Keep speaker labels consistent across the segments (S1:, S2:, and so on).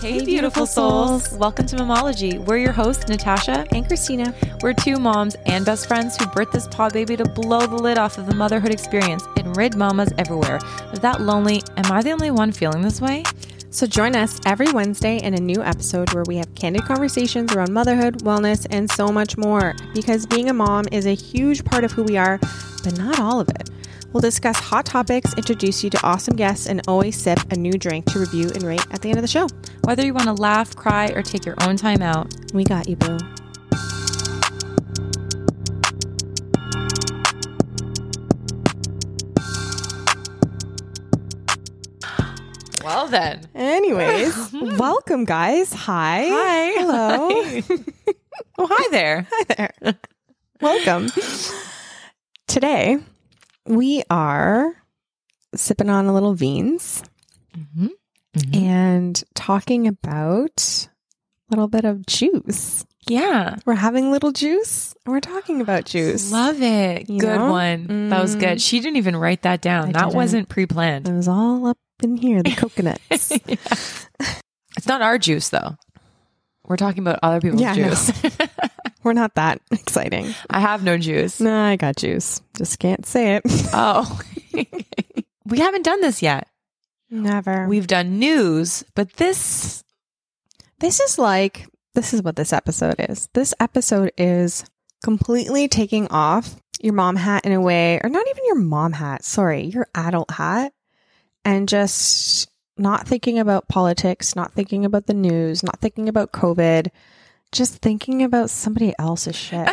S1: Hey, beautiful souls. Welcome to Momology. We're your hosts, Natasha.
S2: And Christina.
S1: We're two moms and best friends who birthed this pod baby to blow the lid off of the motherhood experience and rid mamas everywhere of that lonely, am I the only one feeling this way?
S2: So join us every Wednesday in a new episode where we have candid conversations around motherhood, wellness, and so much more. Because being a mom is a huge part of who we are, but not all of it. We'll discuss hot topics, introduce you to awesome guests, and always sip a new drink to review and rate at the end of the show.
S1: Whether you want to laugh, cry, or take your own time out,
S2: We got you, boo.
S1: well then.
S2: Anyways, welcome, guys. Hi.
S1: Hi.
S2: Hello.
S1: Oh, hi there.
S2: Welcome. Today, we are sipping on a little veins
S1: Mhm.
S2: and talking about a little bit of juice.
S1: Yeah.
S2: We're having little juice and we're talking about juice.
S1: Love it.
S2: You
S1: good
S2: know?
S1: one. That was good.
S2: Mm.
S1: She didn't even write that down.
S2: I
S1: that
S2: didn't. Mm.
S1: wasn't pre planned.
S2: it was all up in here, the coconuts.
S1: It's not our juice, though. We're talking about other people's
S2: Yeah, I know.
S1: juice.
S2: we're not that exciting.
S1: I have no juice.
S2: No, I got juice. Just can't say it.
S1: Oh. we haven't done this yet.
S2: Never.
S1: We've done news, but this
S2: This is like, this is what this episode is. This episode is completely taking off your mom hat in a way, or not even your mom hat, sorry, your adult hat, and just not thinking about politics, not thinking about the news, not thinking about COVID, just thinking about somebody else's shit.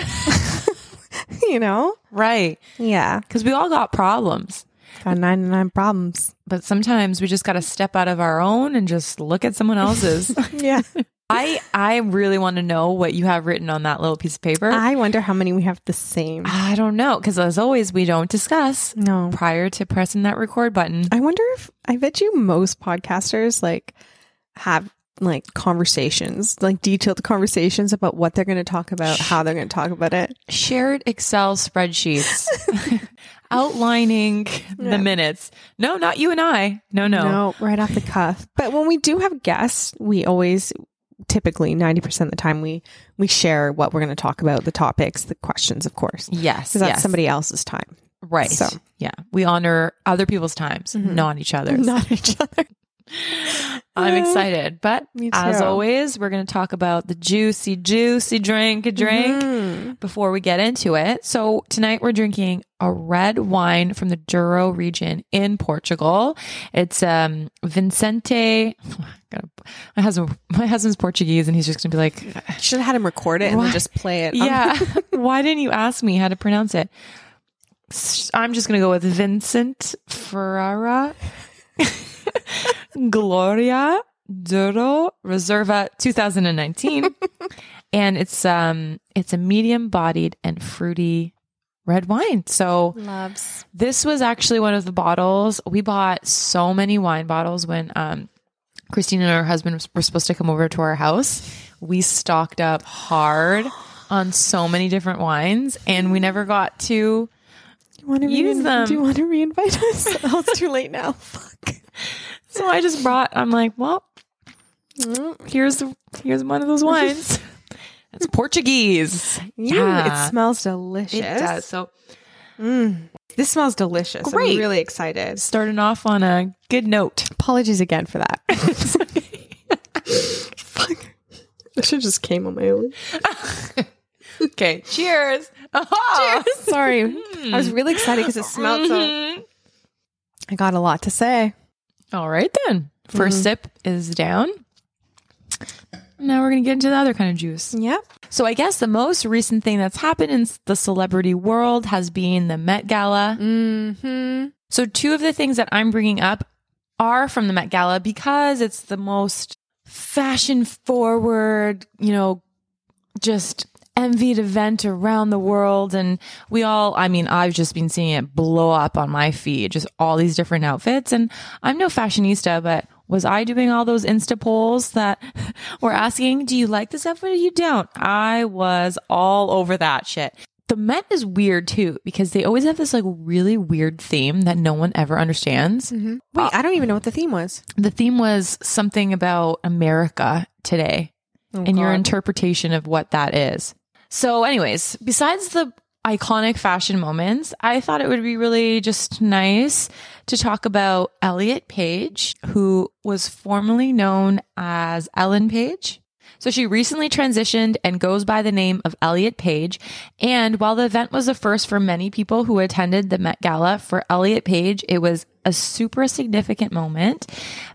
S2: you know?
S1: right
S2: Yeah.
S1: because we all got problems,
S2: Got 99 problems.
S1: but sometimes we just got to step out of our own and just look at someone else's.
S2: Yeah.
S1: I I really want to know what you have written on that little piece of paper. I,
S2: I wonder how many we have the same.
S1: don't know because as always we don't discuss
S2: No.
S1: prior to pressing that record button.
S2: I wonder if I bet you most podcasters like have like conversations, like detailed conversations about what they're going to talk about, how they're going to talk about it.
S1: Shared Excel spreadsheets outlining the minutes. No, not you and I. No, no.
S2: right off the cuff. But when we do have guests, we always typically 90% of the time we we share what we're going to talk about, the topics, the questions, of course.
S1: Yes,
S2: Cuz that's
S1: yes.
S2: somebody else's time,
S1: Right.
S2: So- Mm-hmm.
S1: yeah, we honor other people's times, not each other's.
S2: not each other.
S1: I'm
S2: Yeah.
S1: excited, but
S2: Me
S1: as
S2: too.
S1: always, we're going to talk about the juicy, juicy drink, a drink
S2: Mm.
S1: before we get into it. So tonight we're drinking a red wine from the Douro region in Portugal. It's um Vincente. My husband, my husband's Portuguese, and he's just going to be like,
S2: Should have had him record it and
S1: Why-
S2: then just play it. on-
S1: yeah. Why didn't you ask me how to pronounce it? S- I'm just going to go with Vincent Ferrara Gloria Duro Reserva 2019. and it's um it's a medium-bodied and fruity red wine. So
S2: Loves.
S1: this was actually one of the bottles we bought so many wine bottles when um Christina and her husband were supposed to come over to our house. We stocked up hard on so many different wines and we never got to
S2: You want to
S1: Use them.
S2: Do you want to reinvite us? oh, it's too late now. Fuck.
S1: so I just brought I'm like, well, here's here's one of those wines. It's Portuguese.
S2: It smells delicious.
S1: It does. So
S2: This smells delicious.
S1: Great.
S2: I'm really excited.
S1: starting off on a good note.
S2: Apologies again for that. Fuck. I should just came on my own.
S1: Okay. Cheers. Oh.
S2: Sorry. Mm. I was really excited because it smelled so.
S1: Mm.
S2: I got a lot to say.
S1: All right then. 1st sip is down. Now we're going to get into the other kind of juice.
S2: Yep.
S1: So I guess the most recent thing that's happened in s- the celebrity world has been the Met Gala.
S2: Mm-hmm.
S1: So two of the things that I'm bringing up are from the Met Gala because it's the most fashion forward, you know, just envied event around the world and we all I mean I've just been seeing it blow up on my feed just all these different outfits and I'm no fashionista but was I doing all those insta polls that were asking do you like this outfit or you don't I was all over that shit the Met is weird too because they always have this like really weird theme that no one ever understands.
S2: Mm-hmm. Wait, I don't even know what the theme was.
S1: The theme was something about America today
S2: Oh,
S1: and your
S2: God.
S1: interpretation of what that is. So, anyways, besides the iconic fashion moments, I thought it would be really just nice to talk about Elliot Page, who was formerly known as Ellen Page. So she recently transitioned and goes by the name of Elliot Page. And while the event was a first for many people who attended the Met Gala, for Elliot Page, it was a super significant moment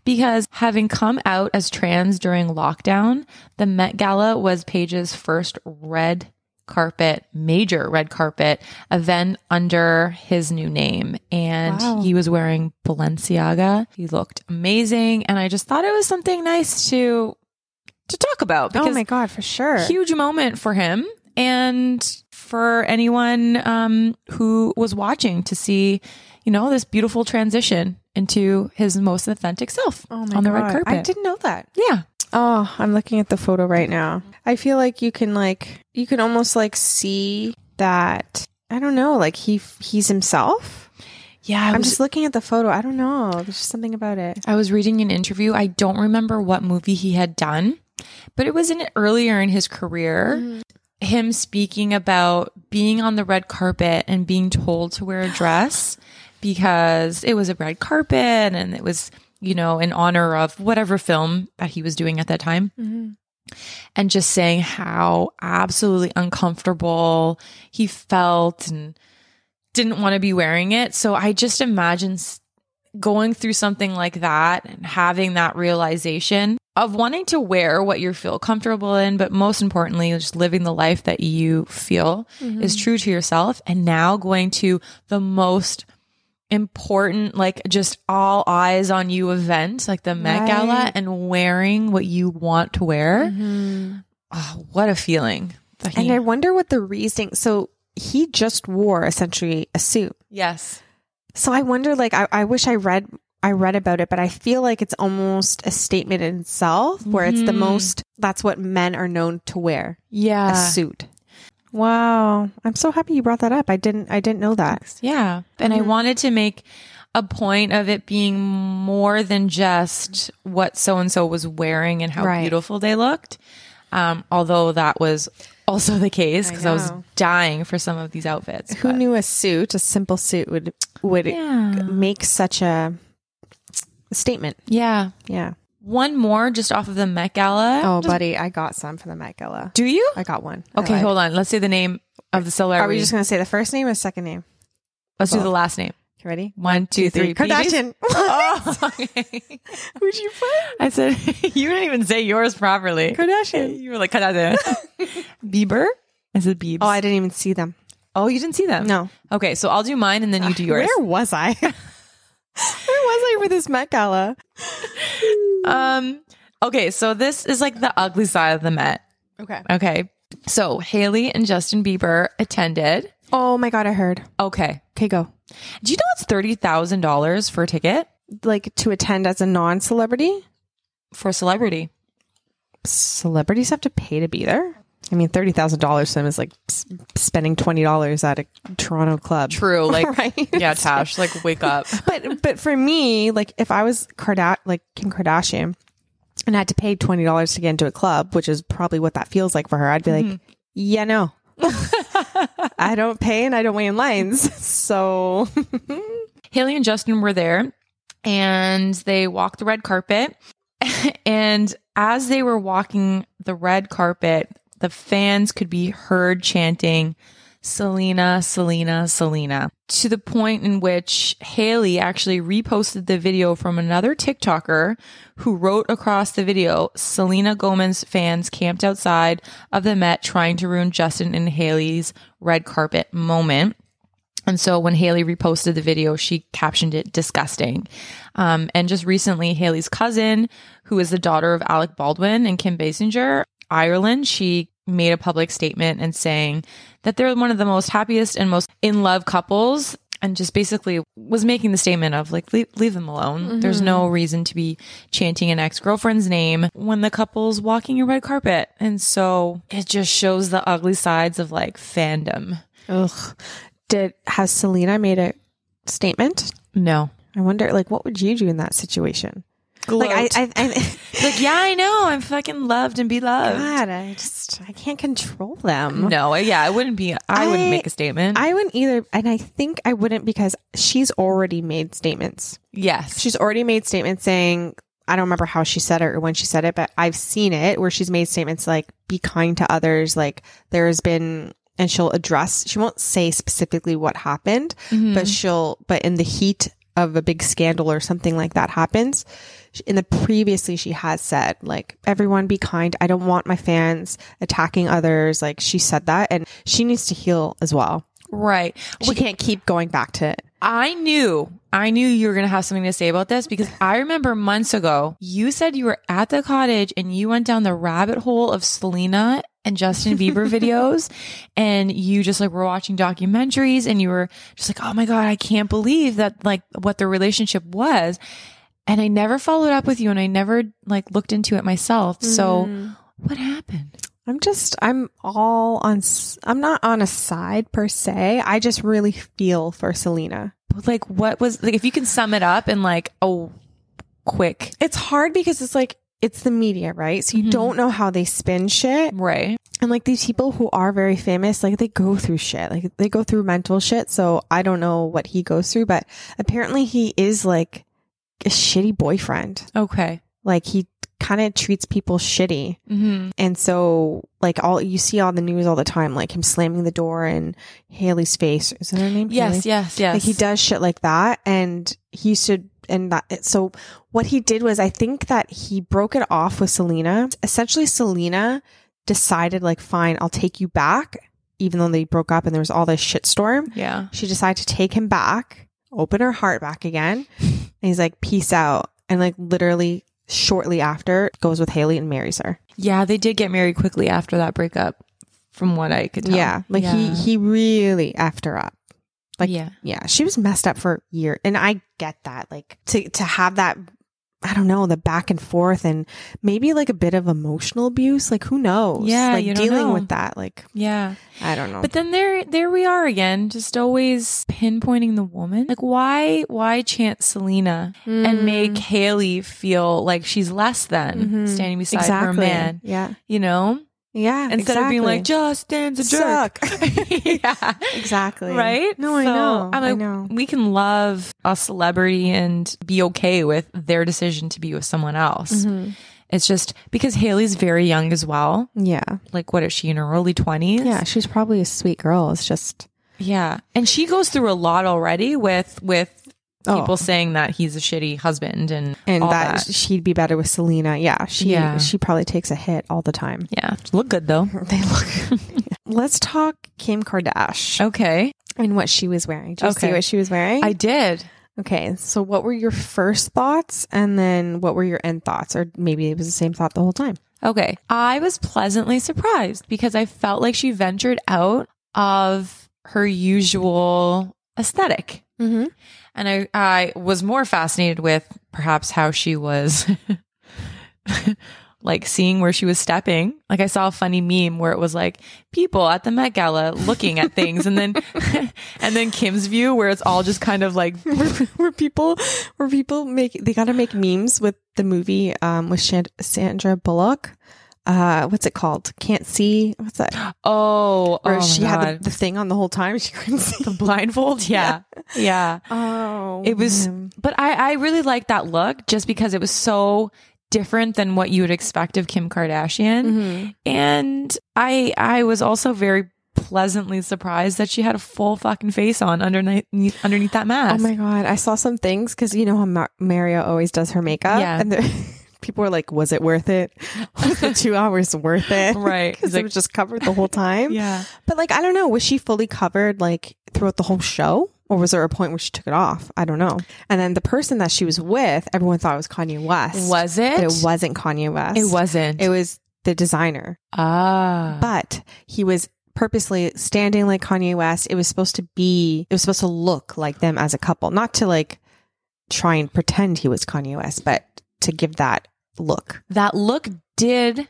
S1: because having come out as trans during lockdown, the Met Gala was Page's first red carpet, major red carpet event under his new name. And
S2: Wow.
S1: he was wearing Balenciaga. He looked amazing. And I just thought it was something nice to to talk about
S2: Oh
S1: because
S2: my God, for sure.
S1: huge moment for him and for anyone um, who was watching to see, you know, this beautiful transition into his most authentic self
S2: Oh my
S1: on the
S2: God.
S1: red carpet.
S2: I didn't know that. Mm-hmm.
S1: yeah.
S2: Oh, I'm looking at the photo right now. I feel like you can like you can almost like see that I don't know, like he he's himself.
S1: Yeah, I
S2: I'm
S1: was
S2: just looking at the photo. I don't know. There's just something about it.
S1: I was reading an interview. I don't remember what movie he had done, but it was in earlier in his
S2: Mm-hmm.
S1: career. Him speaking about being on the red carpet and being told to wear a dress because it was a red carpet and it was, you know, in honor of whatever film that he was doing at that time
S2: Mm-hmm.
S1: and just saying how absolutely uncomfortable he felt and didn't want to be wearing it. So I just imagine s- going through something like that and having that realization of wanting to wear what you feel comfortable in, but most importantly, just living the life that you feel is
S2: Mm-hmm.
S1: true to yourself. And now going to the most important, like just all eyes on you event, like the Met
S2: Right.
S1: Gala, and wearing what you want to wear
S2: Mhm.
S1: oh, what a feeling. The
S2: And
S1: heat.
S2: I wonder what the reasoning so he just wore essentially a suit.
S1: yes.
S2: So I wonder like I, I wish I read I read about it, but I feel like it's almost a statement in itself where it's the
S1: Mhm.
S2: most that's what men are known to wear.
S1: Yeah.
S2: a suit. Wow, I'm so happy you brought that up. I didn't I didn't know that.
S1: yeah. And
S2: Mm-hmm.
S1: I wanted to make a point of it being more than just what so and so was wearing and how
S2: Right.
S1: beautiful they looked. Um, although that was also the case because I, was
S2: know.
S1: dying for some of these outfits.
S2: Who
S1: but-
S2: knew a suit, a simple suit would would
S1: Yeah.
S2: make such a statement.
S1: Yeah.
S2: Yeah.
S1: One more just off of the Met Gala.
S2: Oh, buddy, I got some for the Met Gala.
S1: Do you?
S2: I got one. I
S1: Okay,
S2: lied.
S1: hold on. Let's say the name of the celebrity.
S2: Are we just going to say the first name or second name?
S1: Let's do the last name.
S2: You ready?
S1: One, two, three.
S2: Kardashian.
S1: Oh, okay.
S2: Who'd you put?
S1: I said, you didn't even say yours properly.
S2: Kardashian.
S1: You were like, Kardashian. Bieber? I said Biebs.
S2: Oh, I didn't even see them.
S1: oh, you didn't see them?
S2: No.
S1: Okay, so I'll do mine and then you do yours.
S2: Where was I? Where was I for this Met Gala?
S1: Um, okay, so this is like the ugly side of the Met.
S2: Okay.
S1: Okay. So Haley and Justin Bieber attended.
S2: Oh my god, I heard.
S1: Okay.
S2: Okay, go.
S1: Do you know it's $30,000 for a ticket
S2: Like to attend as a non-celebrity?
S1: for a celebrity?
S2: celebrities have to pay to be there? I mean, thirty thousand dollars to them is like s- spending twenty dollars at a Toronto club.
S1: True. Like,
S2: right?
S1: yeah, Tash, like, wake up.
S2: but but for me, like if I was Karda- like Kim Kardashian, and I had to pay twenty dollars to get into a club, which is probably what that feels like for her, I'd be like, yeah, no, I don't pay and I don't wait in lines, so
S1: Haley and Justin were there and they walked the red carpet. and as they were walking the red carpet, the fans could be heard chanting, Selena, Selena, Selena, to the point in which Haley actually reposted the video from another TikToker who wrote across the video Selena Gomez fans camped outside of the Met trying to ruin Justin and Haley's red carpet moment. And so when Haley reposted the video, she captioned it disgusting. Um, and just recently, Haley's cousin, who is the daughter of Alec Baldwin and Kim Basinger, Ireland, she made a public statement and saying that they're one of the most happiest and most in love couples. And just basically was making the statement of like, leave, leave them alone. There's no reason to be chanting an ex girlfriend's name when the couple's walking a red carpet. And so it just shows the ugly sides of like fandom.
S2: Ugh. Did has Selena made a statement?
S1: No.
S2: I wonder, like, what would you do in that situation? Like, I, I, I
S1: like, yeah, I know. I'm fucking loved and be loved.
S2: God, I just, I can't control them.
S1: No, yeah, I wouldn't be. I, wouldn't
S2: I-
S1: make a statement.
S2: I wouldn't either, and I think I wouldn't because she's already made statements.
S1: yes,
S2: She's already made statements saying, I don't remember how she said it or when she said it, but I've seen it where she's made statements like, be kind to others. Like, there has been, and she'll address, she won't say specifically what happened, but she'll, but in the heat of a big scandal or something like that happens, sh- in the previously she has said, like, everyone be kind. I don't want my fans attacking others. Like, she said that, and she needs to heal as well.
S1: right.
S2: She can't keep going back to it.
S1: I knew, I knew you were going to have something to say about this because I remember months ago, you said you were at the cottage and you went down the rabbit hole of Selena and Justin Bieber videos. And you just like were watching documentaries and you were just like, oh my God, I can't believe that like what their relationship was. And I never followed up with you and I never like looked into it myself.
S2: Mm-hmm.
S1: So
S2: Mm.
S1: what happened?
S2: I'm just, I'm all on, s- I'm not on a side per se. I just really feel for Selena.
S1: Like, what was, like, if you can sum it up in like a quick,
S2: It's hard because it's like, it's the media, right? So you
S1: Mhm.
S2: don't know how they spin shit.
S1: right?
S2: And like these people who are very famous, like they go through shit. Like they go through mental shit. So I don't know what he goes through, but apparently he is like a shitty boyfriend.
S1: Okay.
S2: Like he kind of treats people shitty.
S1: Mm-hmm.
S2: And so, like all you see on the news all the time, like him slamming the door in Haley's face. Is that her name? Haley?
S1: Yes, yes, yes.
S2: Like he does shit like that, and he should. And that so what he did was, I think that he broke it off with Selena. Essentially, Selena decided, like, fine, I'll take you back, even though they broke up and there was all this shitstorm.
S1: Yeah.
S2: She decided to take him back, open her heart back again. And he's like, peace out. And like literally shortly after, goes with Haley and marries her.
S1: Yeah, they did get married quickly after that breakup, from what I could tell.
S2: Yeah, like he he really effed her up. Like yeah.
S1: yeah.
S2: she was messed up for a year, and I get that. Like to to have that, I don't know, the back and forth, and maybe like a bit of emotional abuse. Like who knows?
S1: Yeah,
S2: like
S1: you don't
S2: dealing
S1: know.
S2: with that. Like
S1: Yeah.
S2: I don't know.
S1: But then there there we are again, just always pinpointing the woman. Like why why chant Selena
S2: Mm.
S1: and make Haley feel like she's less than
S2: Mhm.
S1: standing beside
S2: exactly.
S1: her man,
S2: Yeah,
S1: you know?
S2: yeah.
S1: Instead of being like
S2: exactly.
S1: Justin's a jerk. yeah.
S2: exactly.
S1: Right?
S2: No, I
S1: So,
S2: know.
S1: I'm
S2: I
S1: like,
S2: know.
S1: We can love a celebrity and be okay with their decision to be with someone else.
S2: Mhm.
S1: It's just because Haley's very young as well.
S2: Yeah,
S1: Like, what is she in her early 20s?
S2: yeah. She's probably a sweet girl. It's just
S1: Yeah. And she goes through a lot already with, with,
S2: Oh.
S1: People saying that he's a shitty husband and
S2: and
S1: all
S2: that, she'd be better with Selena. Yeah, she
S1: Yeah.
S2: she probably takes a hit all the time.
S1: yeah look good though
S2: They look. Let's talk Kim Kardashian
S1: okay
S2: and what she was wearing. Did you
S1: Okay.
S2: see what she was wearing?
S1: I did
S2: okay. So, what were your first thoughts, and then what were your end thoughts, or maybe it was the same thought the whole time?
S1: Okay. I was pleasantly surprised because I felt like she ventured out of her usual aesthetic.
S2: Mm-hmm.
S1: And I, I was more fascinated with perhaps how she was like seeing where she was stepping. Like I saw a funny meme where it was like people at the Met Gala looking at things and then and then Kim's view where it's all just kind of like
S2: were, were people were people make they got to make memes with the movie um, with Shan- Sandra Bullock? Uh, what's it called? Can't see. What's that?
S1: oh,
S2: Where
S1: oh
S2: she
S1: my
S2: had
S1: God.
S2: the, the thing on the whole time. She couldn't see.
S1: the blindfold. yeah. yeah.
S2: Oh,
S1: It was, but I, I really liked that look just because it was so different than what you would expect of Kim Kardashian.
S2: Mm-hmm.
S1: And I, I was also very pleasantly surprised that she had a full fucking face on underneath, underneath that
S2: Oh
S1: mask.
S2: my god, I saw some things because you know how Mar- Mario always does her makeup,
S1: Yeah.
S2: and there- people were like, "Was it worth it? Was the two hours worth it?"
S1: Right.
S2: Because
S1: Like-
S2: it was just covered the whole time.
S1: Yeah.
S2: But like, I don't know, was she fully covered like throughout the whole show, or was there a point where she took it off? I don't know. And then the person that she was with, everyone thought it was Kanye West.
S1: Was it?
S2: But it wasn't Kanye West.
S1: It wasn't.
S2: It was the designer,
S1: ah.
S2: but he was purposely standing like Kanye West. It was supposed to be, it was supposed to look like them as a couple, not to like try and pretend he was Kanye West, but to give that look.
S1: that look did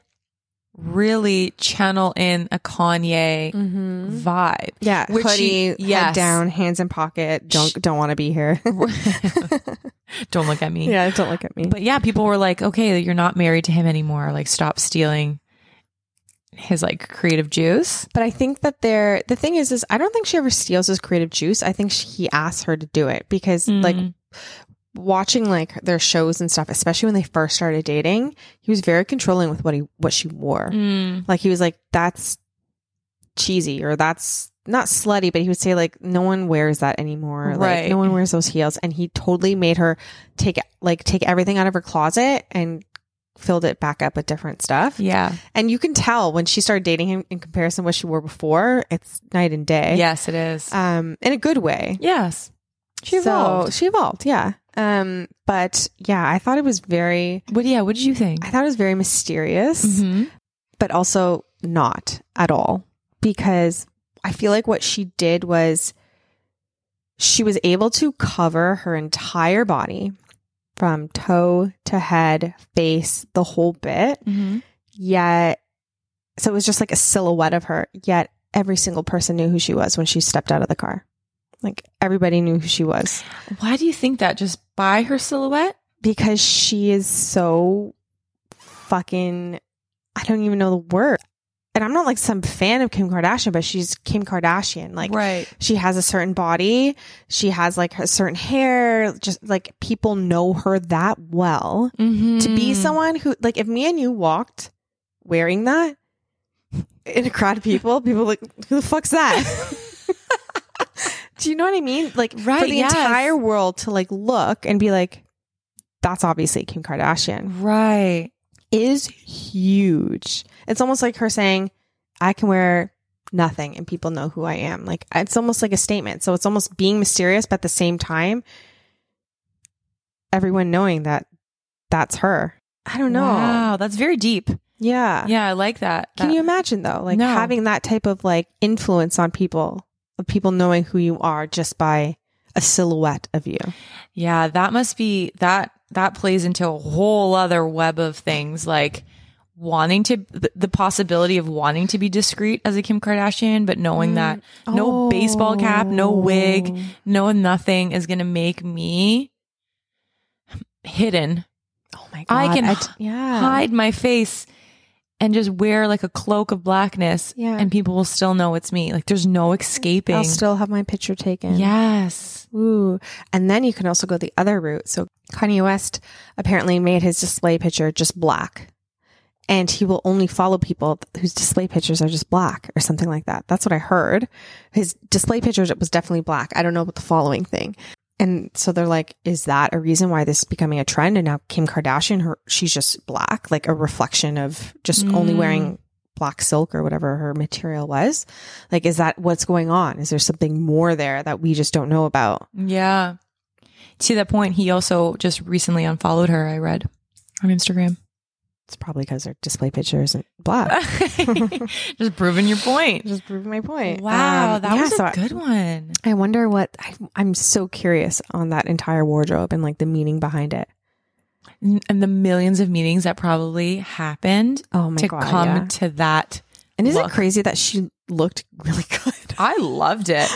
S1: really channel in a Kanye
S2: Mm-hmm.
S1: vibe.
S2: Yeah,
S1: Which
S2: hoodie,
S1: she-
S2: head
S1: yes.
S2: down, hands in pocket. Don't don't want to be here.
S1: Don't look at me.
S2: yeah, don't look at me.
S1: But yeah, people were like, okay, you're not married to him anymore. Like, stop stealing his like creative juice.
S2: But I think that there, the thing is, is I don't think she ever steals his creative juice. I think she, he asks her to do it because, like,
S1: Mm.
S2: watching like their shows and stuff, especially when they first started dating, he was very controlling with what he what she wore.
S1: Mm.
S2: Like he was like, "That's cheesy," or "That's not slutty," but he would say like, "No one wears that anymore." Like,
S1: Right.
S2: no one wears those heels, and he totally made her take like take everything out of her closet and filled it back up with different stuff.
S1: yeah.
S2: And you can tell when she started dating him in comparison to what she wore before, it's night and day.
S1: Yes, it is.
S2: Um, in a good way.
S1: yes. She
S2: So-
S1: evolved.
S2: she evolved, yeah. Um, but yeah, I thought it was very
S1: what? Yeah. What did you think?
S2: I thought it was very mysterious,
S1: Mhm.
S2: but also not at all. Because I feel like what she did was she was able to cover her entire body from toe to head, face, the whole bit.
S1: Mhm.
S2: yet so it was just like a silhouette of her yet every single person knew who she was when she stepped out of the car like everybody knew who she was
S1: Why do you think that? Just by her silhouette?
S2: because she is so fucking i don't even know the word and i'm not like some fan of kim kardashian but she's kim kardashian like
S1: right.
S2: she has a certain body she has like a certain hair just like people know her that well to be
S1: Mhm.
S2: someone who like if me and you walked wearing that in a crowd of people people like who the fuck's that do you know what i mean like for
S1: Right,
S2: the
S1: yes.
S2: entire world to like look and be like that's obviously kim kardashian
S1: Right.
S2: is huge it's almost like her saying i can wear nothing and people know who i am like it's almost like a statement so it's almost being mysterious but at the same time everyone knowing that that's her i don't know
S1: Wow. That's very deep.
S2: yeah.
S1: Yeah. I like that.
S2: Can
S1: That-
S2: you imagine though, like
S1: No.
S2: having that type of like influence on people, of people knowing who you are just by a silhouette of you?
S1: Yeah, that must be that that plays into a whole other web of things like wanting to the, the possibility of wanting to be discreet as a Kim Kardashian but knowing
S2: Mm.
S1: that no baseball cap, no
S2: Oh.
S1: wig, no nothing is going to make me hidden.
S2: Oh my god!
S1: I can
S2: d- yeah.
S1: Hide my face and just wear like a cloak of blackness
S2: Yeah.
S1: and people will still know it's me. Like there's no escaping.
S2: I'll still have my picture taken.
S1: yes.
S2: Ooh. And then you can also go the other route. So Kanye West apparently made his display picture just black. And he will only follow people whose display pictures are just black or something like that. That's what I heard. His display pictures it was definitely black. I don't know about the following thing. And so they're like, is that a reason why this is becoming a trend? And now Kim Kardashian, her she's just black, like a reflection of just only
S1: Mm.
S2: wearing black silk or whatever her material was. Like, is that what's going on? Is there something more there that we just don't know about?
S1: Yeah. To that point, he also just recently unfollowed her, I read on Instagram.
S2: It's probably because their display picture isn't black.
S1: just proving your point.
S2: Just proving my point.
S1: Wow,
S2: Um,
S1: that
S2: yeah,
S1: was a
S2: so I-
S1: good one.
S2: I wonder what I, I'm so curious on that entire wardrobe and like the meaning behind it.
S1: N- And the millions of meetings that probably happened
S2: Oh my
S1: to
S2: god!
S1: come
S2: yeah.
S1: to that.
S2: And isn't
S1: look.
S2: it crazy that she looked really good?
S1: I loved it.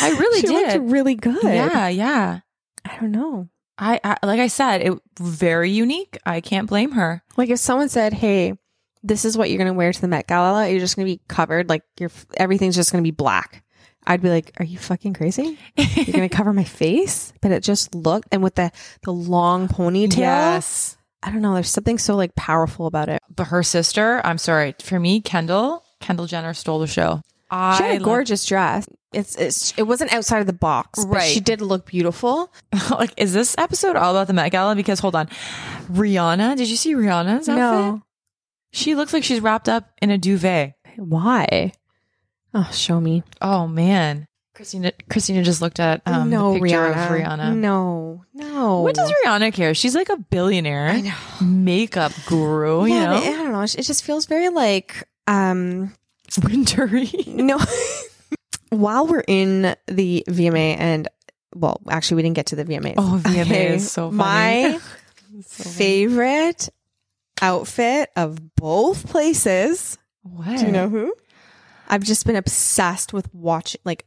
S1: I really
S2: she
S1: did.
S2: looked really good.
S1: Yeah, yeah.
S2: I don't know.
S1: I, I like I said, it very unique. I can't blame her.
S2: Like if someone said, "Hey, this is what you're going to wear to the Met Gala. You're just going to be covered. Like your everything's just going to be black." I'd be like, "Are you fucking crazy? You're going to cover my face?" But it just looked and with the the long ponytail.
S1: yes.
S2: I don't know. There's something so like powerful about it.
S1: But her sister, I'm sorry, for me, Kendall, Kendall Jenner stole the show. I
S2: She had a
S1: loved
S2: gorgeous dress. It's, it's it wasn't outside of the box, but
S1: Right.
S2: she did look beautiful.
S1: like, is this episode all about the Met Gala? Because hold on, Rihanna. Did you see Rihanna's outfit? She looks like she's wrapped up in a duvet.
S2: why? Oh, show me.
S1: Oh man, Christina. Christina just looked at um, the picture of Rihanna.
S2: No, no.
S1: What does Rihanna care? She's like a billionaire
S2: I know.
S1: makeup guru.
S2: yeah, but
S1: you
S2: I
S1: know,
S2: don't know. It just feels very like um
S1: wintry.
S2: no. While we're in the VMA and well, actually, we didn't get to the VMAs.
S1: Oh, VMA
S2: Okay,
S1: is so funny.
S2: My favorite outfit of both places.
S1: What?
S2: Do you know who? Mm. I've just been obsessed with watching like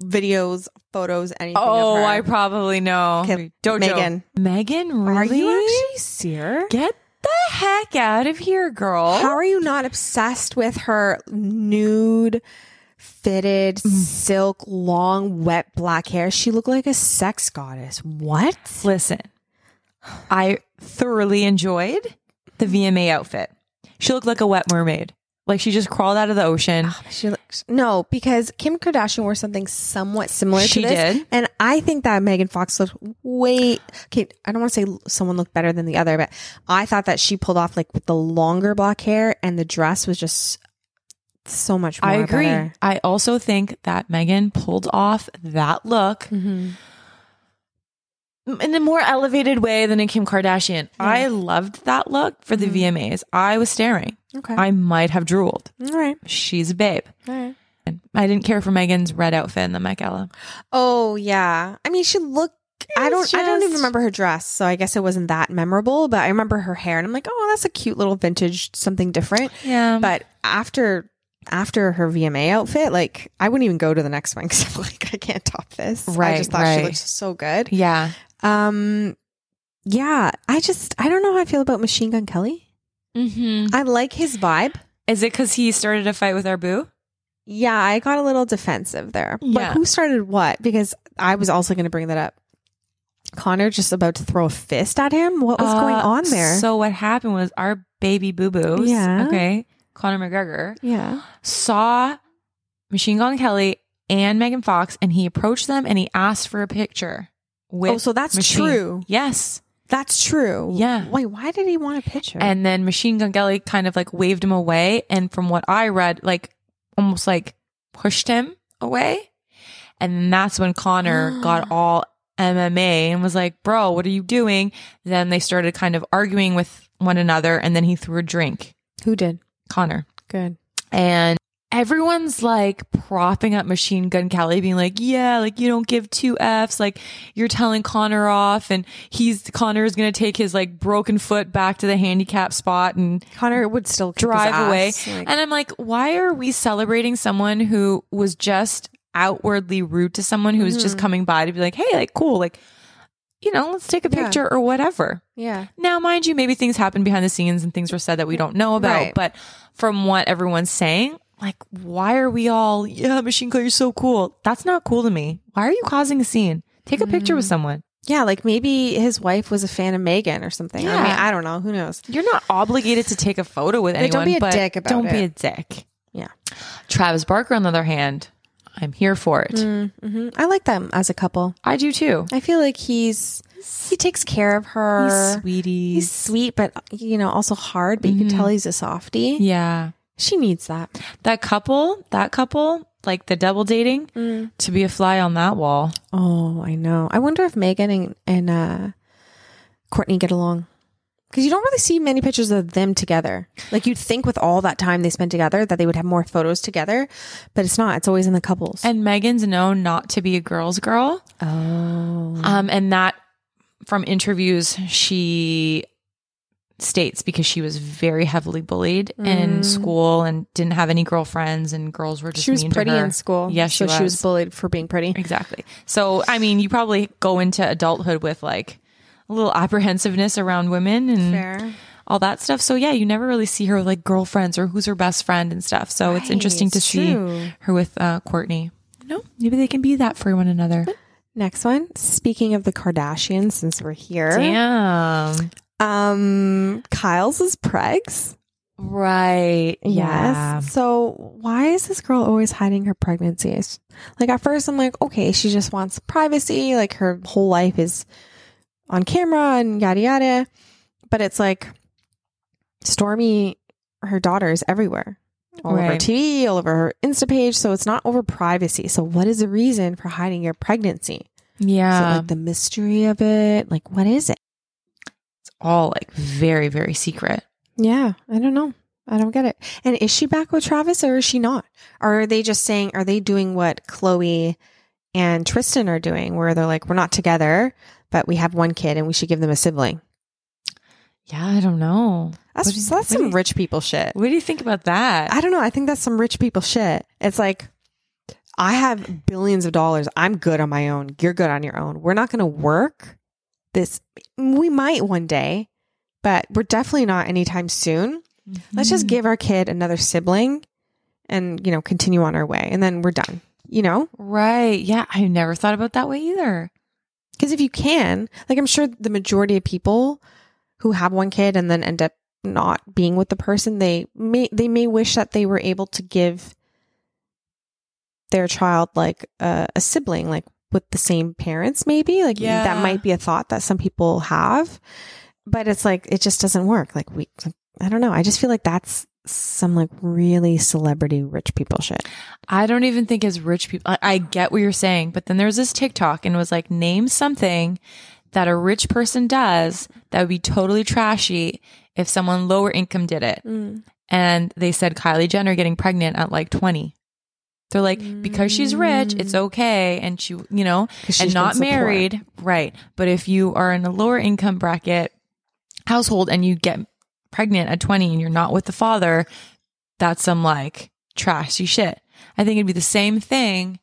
S2: videos, photos, anything.
S1: Oh,
S2: of her.
S1: I probably know.
S2: Okay,
S1: Dojo.
S2: Megan.
S1: Megan, really?
S2: Are you actually serious?
S1: Get the heck out of here, girl.
S2: How are you not obsessed with her nude, fitted, silk, long, wet black hair? She looked like a sex goddess. What?
S1: Listen, I thoroughly enjoyed the VMA outfit. She looked like a wet mermaid. Like she just crawled out of the ocean.
S2: She looks no, because Kim Kardashian wore something somewhat similar
S1: She
S2: to this,
S1: did.
S2: and I think that Megan Fox looked way. Okay, I don't want to say someone looked better than the other, but I thought that she pulled off like with the longer black hair, and the dress was just so much. more
S1: I agree.
S2: better.
S1: I also think that Megan pulled off that look
S2: Mm-hmm.
S1: in a more elevated way than in Kim Kardashian. I loved that look for the VMAs. I was staring.
S2: Okay,
S1: I might have drooled.
S2: all right,
S1: She's a babe.
S2: all right.
S1: I didn't care for Megan's red outfit in the Met Gala.
S2: Oh yeah, I mean she looked. I don't.
S1: was
S2: I don't even
S1: just-
S2: remember her dress, so I guess it wasn't that memorable. But I remember her hair, and I'm like, oh, that's a cute little vintage something different.
S1: Yeah.
S2: But after after her VMA outfit, like I wouldn't even go to the next one because I'm like, I can't top this. I
S1: Right,
S2: just thought she
S1: right.
S2: looked so good.
S1: yeah.
S2: Um, yeah, I just I don't know how I feel about Machine Gun Kelly.
S1: Mm-hmm.
S2: I like his vibe.
S1: Is it because he started a fight with our boo?
S2: Yeah, I got a little defensive there.
S1: Yeah.
S2: But who started what? Because I was also going to bring that up. Connor just about to throw a fist at him. What was going
S1: Uh,
S2: on there?
S1: So what happened was our baby boo boos,
S2: Yeah.
S1: okay, Conor McGregor
S2: yeah.
S1: saw Machine Gun Kelly and Megan Fox, and he approached them and he asked for a picture. With
S2: Oh, so Oh, that's
S1: Machine.
S2: true.
S1: Yes,
S2: That's true.
S1: Yeah.
S2: Wait, why did he want a picture?
S1: and then Machine Gun Kelly kind of like waved him away, and from what I read, like almost like pushed him away, and that's when Connor got all MMA and was like, "Bro, what are you doing?" Then they started kind of arguing with one another, and then he threw a drink.
S2: who did?
S1: Connor.
S2: Good.
S1: And everyone's like propping up Machine Gun Kelly, being like, yeah, like you don't give two F's. Like you're telling Connor off and he's, Connor is going to take his like broken foot back to the handicap spot and
S2: Connor would still kick his
S1: drive away.
S2: ass, like-
S1: and I'm like, why are we celebrating someone who was just outwardly rude to someone who was
S2: Mm-hmm.
S1: just coming by to be like, hey, like cool, like, you know, let's take a
S2: Yeah.
S1: picture or whatever.
S2: yeah.
S1: Now, mind you, maybe things happen behind the scenes and things were said that we don't know about,
S2: Right.
S1: but from what everyone's saying, like, why are we all, yeah, Machine Gun, you're so cool? That's not cool to me. Why are you causing a scene? Take a picture
S2: Mm.
S1: with someone.
S2: Yeah, like maybe his wife was a fan of Megan or something. I mean,
S1: Yeah.
S2: I don't know. Who knows?
S1: You're not obligated to take a photo with anyone.
S2: don't be a
S1: but
S2: dick about
S1: Don't be
S2: it.
S1: a dick.
S2: Yeah.
S1: Travis Barker, on the other hand, I'm here for it.
S2: Mm-hmm. I like them as a couple.
S1: I do too.
S2: I feel like he's he takes care of her.
S1: He's sweeties.
S2: He's sweet, but you know, also hard. But you can tell
S1: Mm-hmm.
S2: he's a softie.
S1: yeah.
S2: She needs that.
S1: That couple, that couple, like the double dating,
S2: Mm.
S1: to be a fly on that wall.
S2: Oh, I know. I wonder if Megan and, and uh, Courtney get along because you don't really see many pictures of them together. Like you'd think with all that time they spent together that they would have more photos together, but it's not. It's always in the couples.
S1: And Megan's known not to be a girl's girl.
S2: oh,
S1: Um, and that from interviews she states because she was very heavily bullied in school and didn't have any girlfriends and girls were just
S2: Mm. she was
S1: mean to
S2: pretty
S1: her.
S2: in school.
S1: Yes,
S2: so
S1: she
S2: she was
S1: was.
S2: bullied for being pretty.
S1: Exactly. So I mean you probably go into adulthood with like a little apprehensiveness around women and
S2: Fair.
S1: all that stuff. So yeah, you never really see her with like girlfriends or who's her best friend and stuff. So Oh, it's interesting to
S2: it's
S1: see
S2: true.
S1: her with uh, Courtney. No, maybe they can be that for one another.
S2: Next one. Speaking of the Kardashians, since we're here,
S1: Damn.
S2: um, Kyle's is pregs.
S1: Right. Yeah.
S2: Yes. So why is this girl always hiding her pregnancies? Like at first I'm like, okay, she just wants privacy, like her whole life is on camera and yada yada. But it's like Stormy her daughter is everywhere. All over
S1: Right.
S2: TV, all over her Insta page. So it's not over privacy. So what is the reason for hiding your pregnancy? Is it
S1: Yeah.
S2: like the mystery of it? Like what is it?
S1: it's all like very, very secret.
S2: Yeah, I don't know. I don't get it. And is she back with Travis or is she not? Or are they just saying, are they doing what Chloe and Tristan are doing, where they're like, we're not together, but we have one kid and we should give them a sibling?
S1: Yeah, I don't know.
S2: That's,
S1: What do you-
S2: that's
S1: what do
S2: some
S1: you-
S2: rich people shit.
S1: What do you think about that?
S2: I don't know. I think that's some rich people shit. It's like, I have billions of dollars. I'm good on my own. You're good on your own. We're not going to work this. We might one day, but we're definitely not anytime soon. Let's
S1: Mm.
S2: just give our kid another sibling and, you know, continue on our way. And then we're done, you know?
S1: Right. Yeah, I never thought about that way either.
S2: Because if you can, like, I'm sure the majority of people who have one kid and then end up not being with the person they may they may wish that they were able to give their child like a a sibling like with the same parents maybe like
S1: Yeah.
S2: that might be a thought that some people have but it's like it just doesn't work like we i don't know i just feel like that's some like really celebrity rich people shit
S1: I don't even think as rich people, I, I get what you're saying, but then there was this TikTok and it was like, name something that a rich person does that would be totally trashy if someone lower income did it. And they said Kylie Jenner getting pregnant at like 20. They're like, because she's rich, it's okay. And she, you know,
S2: 'Cause she's
S1: and
S2: been
S1: not
S2: so poor.
S1: married. Right. But if you are in a lower income bracket household and you get pregnant at 20 and you're not with the father, that's some like trashy shit. I think it'd be the same thing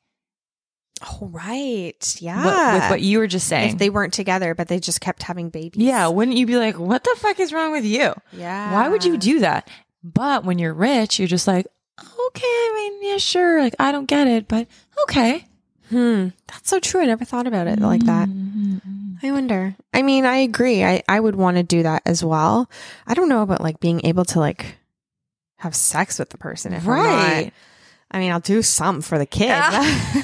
S2: oh right yeah
S1: what, with what you were just saying.
S2: if they weren't together, but they just kept having babies.
S1: yeah. Wouldn't you be like, what the fuck is wrong with you?
S2: Yeah.
S1: Why would you do that? But when you're rich, you're just like, okay, I mean, yeah, sure. Like, I don't get it, but okay.
S2: Hmm. That's so true. I never thought about it like that. Mm.
S1: Mm-hmm.
S2: I wonder. I mean, I agree. I, I would want to do that as well. I don't know about like being able to like have sex with the person. If I'm not-
S1: Right.
S2: I mean, I'll do some for the kid.
S1: Yeah.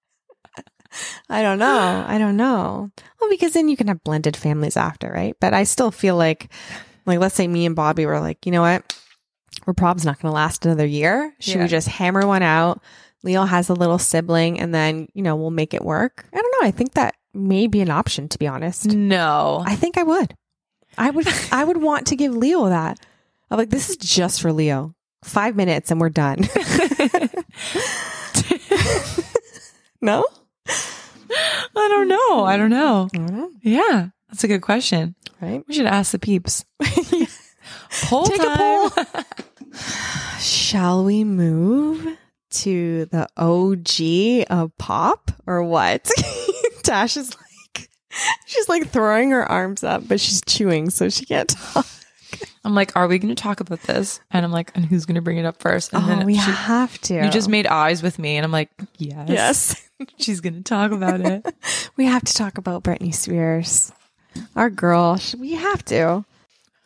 S2: I don't know. I don't know. Well, because then you can have blended families after, right? But I still feel like, like, let's say me and Bobby were like, you know what? Our prob's not going to last another year. Should
S1: Yeah.
S2: we just hammer one out? Leo has a little sibling and then, you know, we'll make it work. I don't know. I think that may be an option, to be honest.
S1: Mm. No.
S2: I think I would. I would I would want to give Leo that. I'm like, this is just for Leo. Five minutes and we're done. no?
S1: I don't know. I don't know.
S2: I don't know.
S1: Yeah, that's a good question.
S2: Right?
S1: We should ask the peeps. poll
S2: Take a
S1: time.
S2: poll. Shall we move to the OG of pop or what? Dash is like she's like throwing her arms up, but she's chewing, so she can't talk.
S1: I'm like, are we going to talk about this? And I'm like, and who's going to bring it up first? And
S2: Oh, we
S1: she-
S2: have to.
S1: you just made eyes with me, and I'm like, yes,
S2: Yes.
S1: she's going to talk about it.
S2: We have to talk about Britney Spears, our girl. Sh- We have to.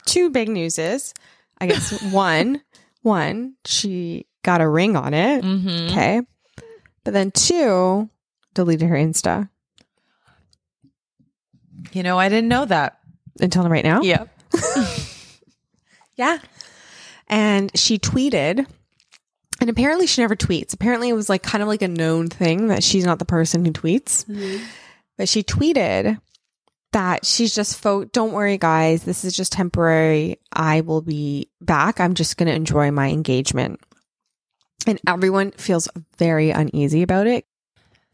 S2: Two big news is, I guess one, one she got a ring on it.
S1: mm-hmm.
S2: Okay, but then two deleted her Insta
S1: You know, I didn't know that.
S2: until right now.
S1: Yep.
S2: Yeah. And she tweeted, and apparently she never tweets. Apparently it was like kind of like a known thing that she's not the person who tweets.
S1: Mm-hmm.
S2: But she tweeted that she's just fo- don't worry guys, this is just temporary. I will be back. I'm just going to enjoy my engagement. And everyone feels very uneasy about it.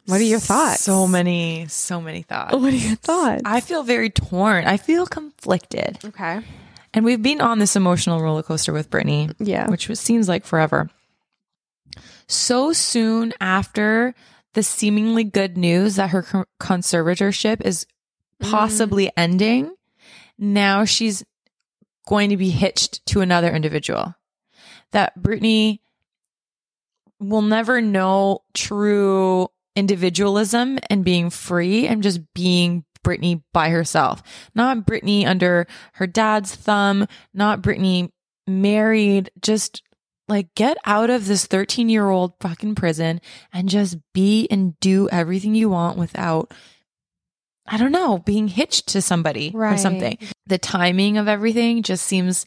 S2: What are your thoughts?
S1: So many, so many thoughts.
S2: What are your thoughts?
S1: I feel very torn. I feel conflicted.
S2: okay.
S1: And we've been on this emotional roller coaster with Brittany.
S2: Yeah.
S1: which was, seems like forever. So soon after the seemingly good news that her con- conservatorship is possibly ending, now she's going to be hitched to another individual. That Brittany will never know true individualism and being free and just being Brittany by herself. Not Brittany under her dad's thumb, not Brittany married, just like get out of this 13 year old fucking prison and just be and do everything you want without, I don't know, being hitched to somebody or
S2: Right.
S1: something. The timing of everything just seems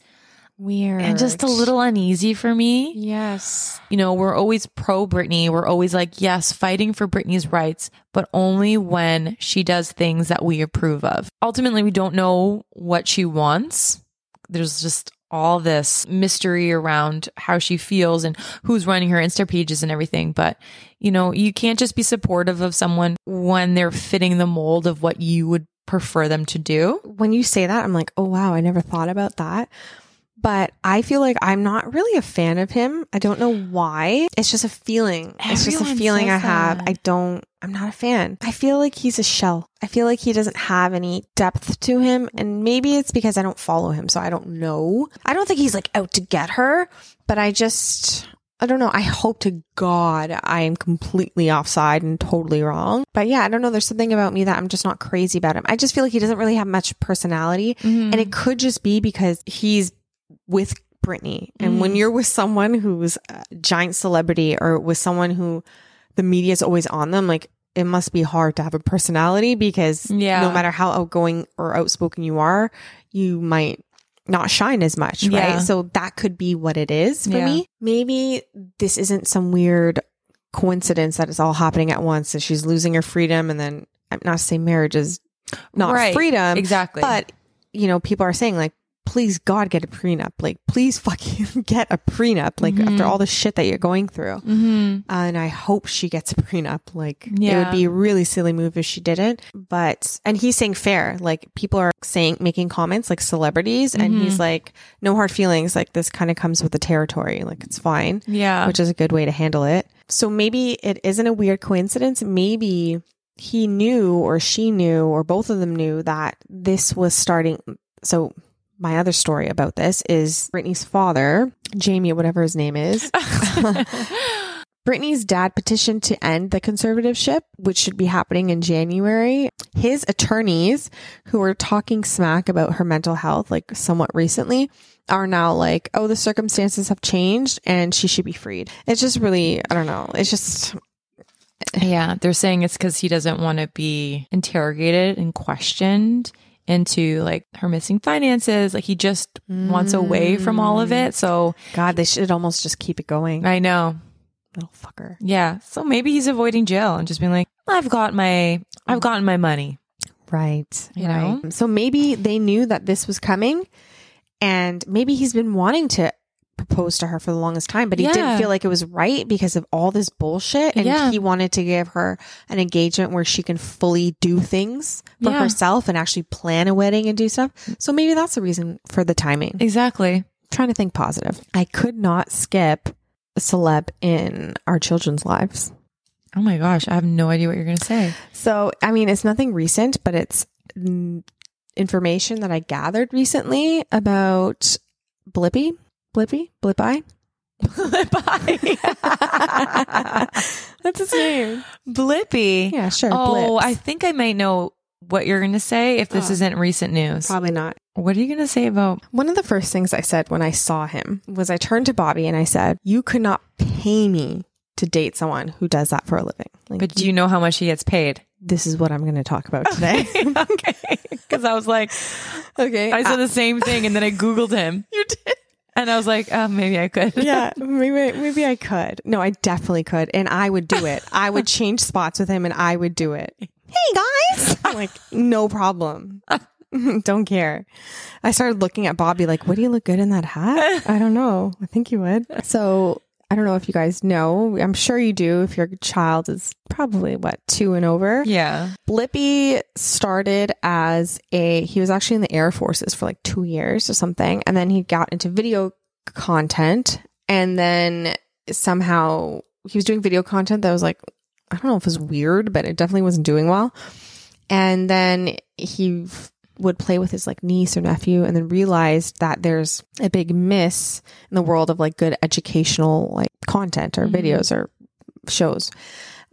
S2: Weird.
S1: and just a little uneasy for me.
S2: Yes.
S1: You know, we're always pro Britney. We're always like, yes, fighting for Britney's rights, but only when she does things that we approve of. Ultimately, we don't know what she wants. There's just all this mystery around how she feels and who's running her Insta pages and everything. But, you know, you can't just be supportive of someone when they're fitting the mold of what you would prefer them to do.
S2: when you say that, I'm like, oh wow, I never thought about that. But I feel like I'm not really a fan of him. I don't know why. It's just a feeling. it's just a
S1: Everyone
S2: feeling I
S1: says
S2: have.
S1: that.
S2: I don't, I'm not a fan. I feel like he's a shell. I feel like he doesn't have any depth to him. And maybe it's because I don't follow him. So I don't know. I don't think he's like out to get her, but I just, I don't know. I hope to God I am completely offside and totally wrong. But yeah, I don't know. There's something about me that I'm just not crazy about him. I just feel like he doesn't really have much personality.
S1: Mm-hmm.
S2: And it could just be because he's with Brittany. And
S1: Mm.
S2: when you're with someone who's a giant celebrity or with someone who the media is always on them, like it must be hard to have a personality because
S1: Yeah.
S2: no matter how outgoing or outspoken you are, you might not shine as much,
S1: Yeah.
S2: right? So that could be what it is for
S1: Yeah.
S2: me. Maybe this isn't some weird coincidence that it's all happening at once that she's losing her freedom and then I'm not saying marriage is not
S1: Right.
S2: freedom.
S1: Exactly.
S2: But you know, people are saying like, please God get a prenup. Like, please fucking get a prenup. Like
S1: Mm-hmm.
S2: after all the shit that you're going through. Uh,
S1: hmm
S2: And I hope she gets a prenup. Like it
S1: Yeah.
S2: would be a really silly move if she didn't. But and he's saying fair. Like people are saying making comments like celebrities and he's
S1: Mm-hmm.
S2: like, no hard feelings. Like this kind of comes with the territory. Like it's fine
S1: yeah.
S2: which is a good way to handle it. So maybe it isn't a weird coincidence. Maybe he knew or she knew or both of them knew that this was starting. So my other story about this is Brittany's father, Jamie, whatever his name is. Brittany's dad petitioned to end the conservativeship, which should be happening in January. His attorneys, who were talking smack about her mental health, like somewhat recently, are now like, oh, the circumstances have changed and she should be freed. It's just really, I don't know. It's just,
S1: yeah. They're saying it's because he doesn't want to be interrogated and questioned into like her missing finances. Like he just wants away from all of it. So
S2: God, they should almost just keep it going.
S1: I know.
S2: Little fucker.
S1: Yeah. So maybe he's avoiding jail and just being like, I've got my, I've gotten my money.
S2: Right.
S1: You
S2: right. So maybe they knew that this was coming and maybe he's been wanting to propose to her for the longest time, but he didn't
S1: Yeah.
S2: feel like it was right because of all this bullshit. And
S1: Yeah.
S2: he wanted to give her an engagement where she can fully do things for
S1: Yeah.
S2: herself and actually plan a wedding and do stuff. So maybe that's the reason for the timing.
S1: Exactly.
S2: trying to think positive. I could not skip a celeb in our children's lives.
S1: Oh my gosh. I have no idea what you're going to say.
S2: So, I mean, it's nothing recent, but it's mm, information that I gathered recently about Blippy, Blippy, Blip Eye. That's his name.
S1: Blippy.
S2: Yeah, sure.
S1: oh,
S2: Blips.
S1: I think I might know what you're going to say if this
S2: Oh.
S1: isn't recent news.
S2: probably not.
S1: What are you going to say about?
S2: One of the first things I said when I saw him was I turned to Bobby and I said, "You could not pay me to date someone who does that for a living." Like,
S1: But do you know how much he gets paid?
S2: this is what I'm going to talk about today.
S1: okay. Because I was like,
S2: okay.
S1: I said the same thing and then I Googled him. You did. And I was like, oh, maybe I could.
S2: yeah, maybe maybe I could. No, I definitely could, and I would do it. I would change spots with him, and I would do it. Hey guys, I'm like no problem. Don't care. I started looking at Bobby like, "Would he look good in that hat?" I don't know. I think he would. So I don't know if you guys know. I'm sure you do. If your child is probably what two and over,
S1: Yeah.
S2: Blippi started as a he was actually in the Air Forces for like two years or something, and then he got into video content, and then somehow he was doing video content that was like I don't know if it was weird, but it definitely wasn't doing well. And then he f- would play with his like niece or nephew, and then realized that there's a big miss in the world of like good educational like content or
S1: Mhm.
S2: videos or shows.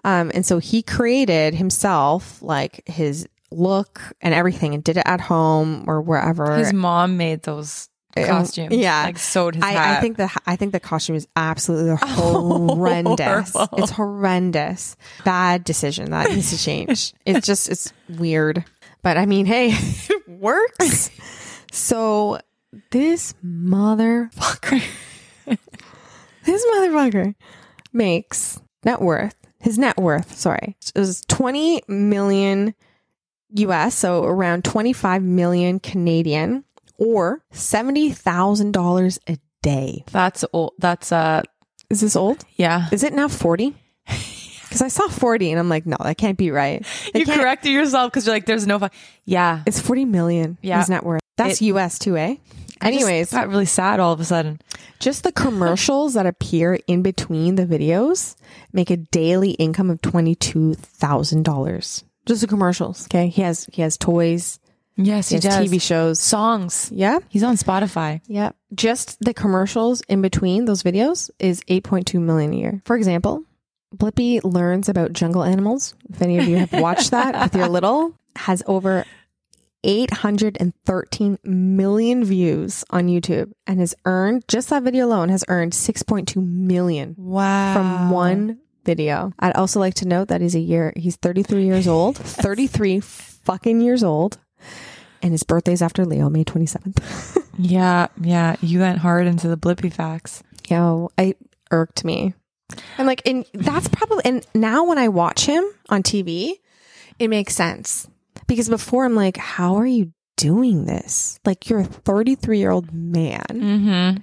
S2: Um, and so he created himself like his look and everything and did it at home or wherever.
S1: His mom made those
S2: Um,
S1: costumes.
S2: yeah.
S1: Like sewed his hat. Oh,
S2: I, I think the I think the costume is absolutely horrendous.
S1: Horrible.
S2: It's horrendous. Bad decision that needs to change. it's just it's weird. But I mean, hey, it works. so this motherfucker this motherfucker makes net worth his net worth sorry is 20 million us so around 25 million canadian or $70000 a day
S1: That's old. That's uh,
S2: is this old
S1: yeah.
S2: is it now 40 Because I saw 40 and I'm like, no, that can't be right. They
S1: you
S2: can't-
S1: corrected yourself because you're like, there's no. Fu-. Yeah.
S2: It's 40 million.
S1: Yeah.
S2: Is net worth. That's US too, eh?
S1: I just
S2: Anyways,
S1: got really sad all of a sudden.
S2: just the commercials that appear in between the videos make a daily income of $22,000. Just the commercials. Okay. He has, he has toys,
S1: Yes,
S2: he
S1: he
S2: has
S1: does.
S2: TV shows.
S1: songs.
S2: Yeah.
S1: He's on Spotify.
S2: Yeah. Just the commercials in between those videos is 8.2 million a year. For example, Blippi learns about jungle animals. If any of you have watched that with your little, has over 813 million views on YouTube and has earned just that video alone has earned 6.2 million
S1: Wow.
S2: from one video. I'd also like to note that he's a year he's 33 years old, 33 fucking years old, and his birthday's after Leo, May 27th.
S1: Yeah, yeah. You went hard into the blippy facts.
S2: Yo, it irked me. And like, and that's probably, and now when I watch him on TV, it makes sense because before I'm like, how are you doing this? Like, you're a 33 year old man,
S1: Mm-hmm.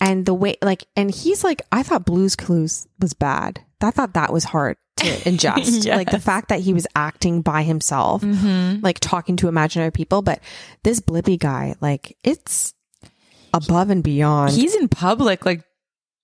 S2: and the way, like, and he's like, I thought Blues Clues was bad. I thought that was hard to ingest.
S1: Yes.
S2: Like the fact that he was acting by himself,
S1: Mm-hmm.
S2: like talking to imaginary people, but this Blippi guy, like, it's above and beyond.
S1: He's in public, like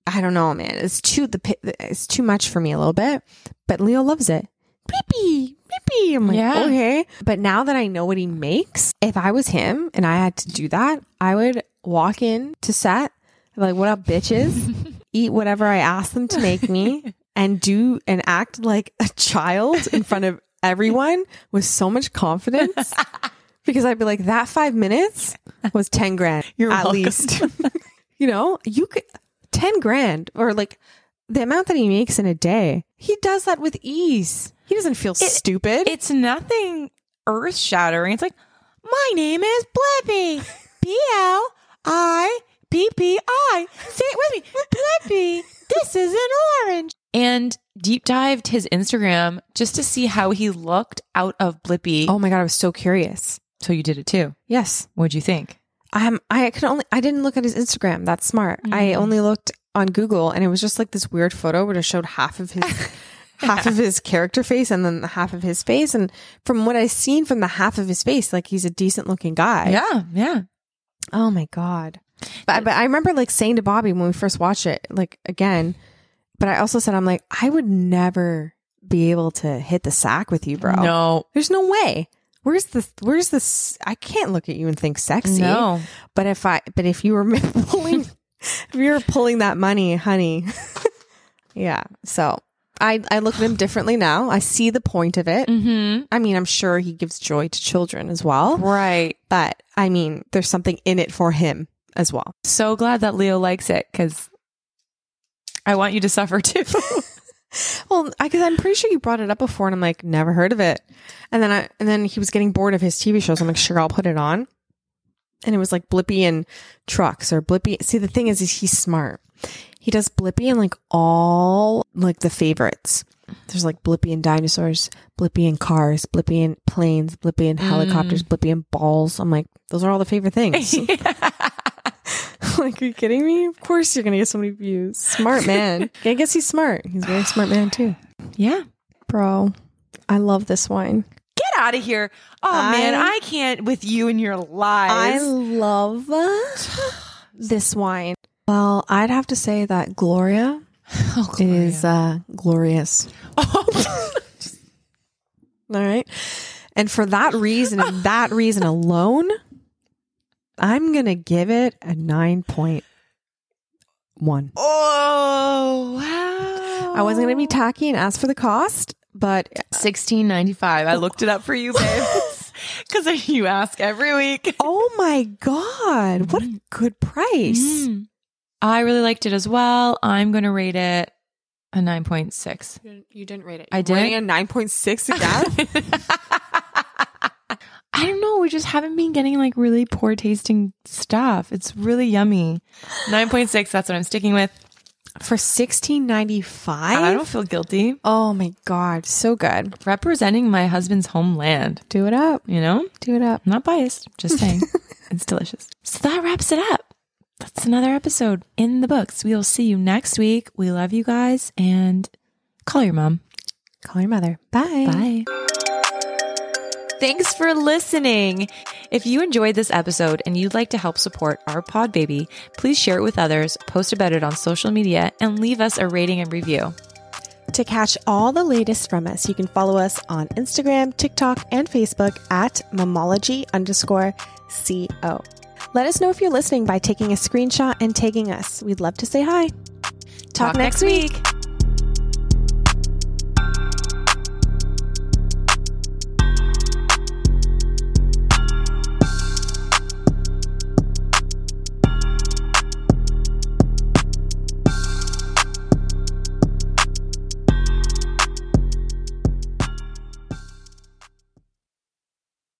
S2: I don't know, man. It's too the pi- it's too much for me a little bit, but Leo loves it. Beepy, beepy. I'm like,
S1: Yeah.
S2: okay. But now that I know what he makes, if I was him and I had to do that, I would walk in to set, be like, what up, bitches? Eat whatever I asked them to make me and do and act like a child in front of everyone with so much confidence. Because I'd be like, that five minutes was 10 grand
S1: You're
S2: at
S1: welcome.
S2: least. you know, you could 10 grand or like the amount that he makes in a day. He does that with ease. He doesn't feel stupid.
S1: it's nothing earth shattering. It's like, my name is Blippi. B L I P P I. Say it with me. Blippi, this is an orange. And deep dived his Instagram just to see how he looked out of Blippi.
S2: oh my god, I was so curious.
S1: So you did it too.
S2: Yes.
S1: What'd you think?
S2: Um I could only I didn't look at his Instagram. That's smart. I
S1: Mm.
S2: only looked on Google and it was just like this weird photo where it showed half of his half of his character face and then the half of his face and from what I seen from the half of his face like he's a decent looking guy.
S1: yeah, yeah.
S2: Oh my god! But but I remember like saying to Bobby when we first watched it, like again. But I also said I'm like I would never be able to hit the sack with you, bro.
S1: No,
S2: there's no way. Where's the where's this? I can't look at you and think sexy.
S1: no.
S2: But if I but if you were pulling if you were pulling that money, honey. yeah. So I I look at him differently now. I see the point of it.
S1: Mm-hmm.
S2: I mean, I'm sure he gives joy to children as well
S1: Right.
S2: but I mean, there's something in it for him as well.
S1: So glad that Leo likes it because I want you to suffer too.
S2: Well, because I'm pretty sure you brought it up before, and I'm like, never heard of it. And then I, and then he was getting bored of his TV shows. I'm like, sure, I'll put it on. And it was like Blippi and trucks or Blippi. See, the thing is, is he's smart. He does Blippi and like all like the favorites. There's like Blippi and dinosaurs, Blippi and cars, Blippi and planes, Blippi and helicopters, Blippi and balls. I'm like, those are all the favorite things. like, are you kidding me? Of course you're gonna get so many views. Smart man. I guess he's smart. He's a very smart man too.
S1: yeah.
S2: Bro, I love this wine.
S1: Get out of here. Oh man, I can't with you and your
S2: I
S1: lies.
S2: love uh, this wine. Well, I'd have to say that Gloria,
S1: oh,
S2: is uh, glorious. All right. And for that reason and that reason alone, I'm gonna give it a nine point one.
S1: oh wow.
S2: I wasn't gonna be tacky and ask for the cost, but
S1: sixteen ninety five. I looked it up for you, babe. Because you ask every week.
S2: Oh my God. What a good price.
S1: Mm. I really liked it as well. I'm gonna rate it a nine point six.
S2: You didn't rate it.
S1: I
S2: You're
S1: didn't?
S2: rating a 9.6 again?
S1: I don't know. We just haven't been getting like really poor tasting stuff. It's really yummy. 9.6. That's what I'm sticking with.
S2: For sixteen ninety
S1: I
S2: five.
S1: don't feel guilty.
S2: Oh my God. So good.
S1: Representing my husband's homeland,
S2: Do it up.
S1: you know? I'm
S2: Do it up.
S1: not biased. Just saying. it's delicious. So that wraps it up. That's another episode in the books. We will see you next week. We love you guys and call your mom.
S2: Call your mother. Bye.
S1: Bye. Thanks for listening. If you enjoyed this episode and you'd like to help support our pod baby, please share it with others, post about it on social media, and leave us a rating and review.
S2: To catch all the latest from us, you can follow us on Instagram, TikTok, and Facebook at mammology underscore co. Let us know if you're listening by taking a screenshot and tagging us. We'd love to say hi. Talk, next week.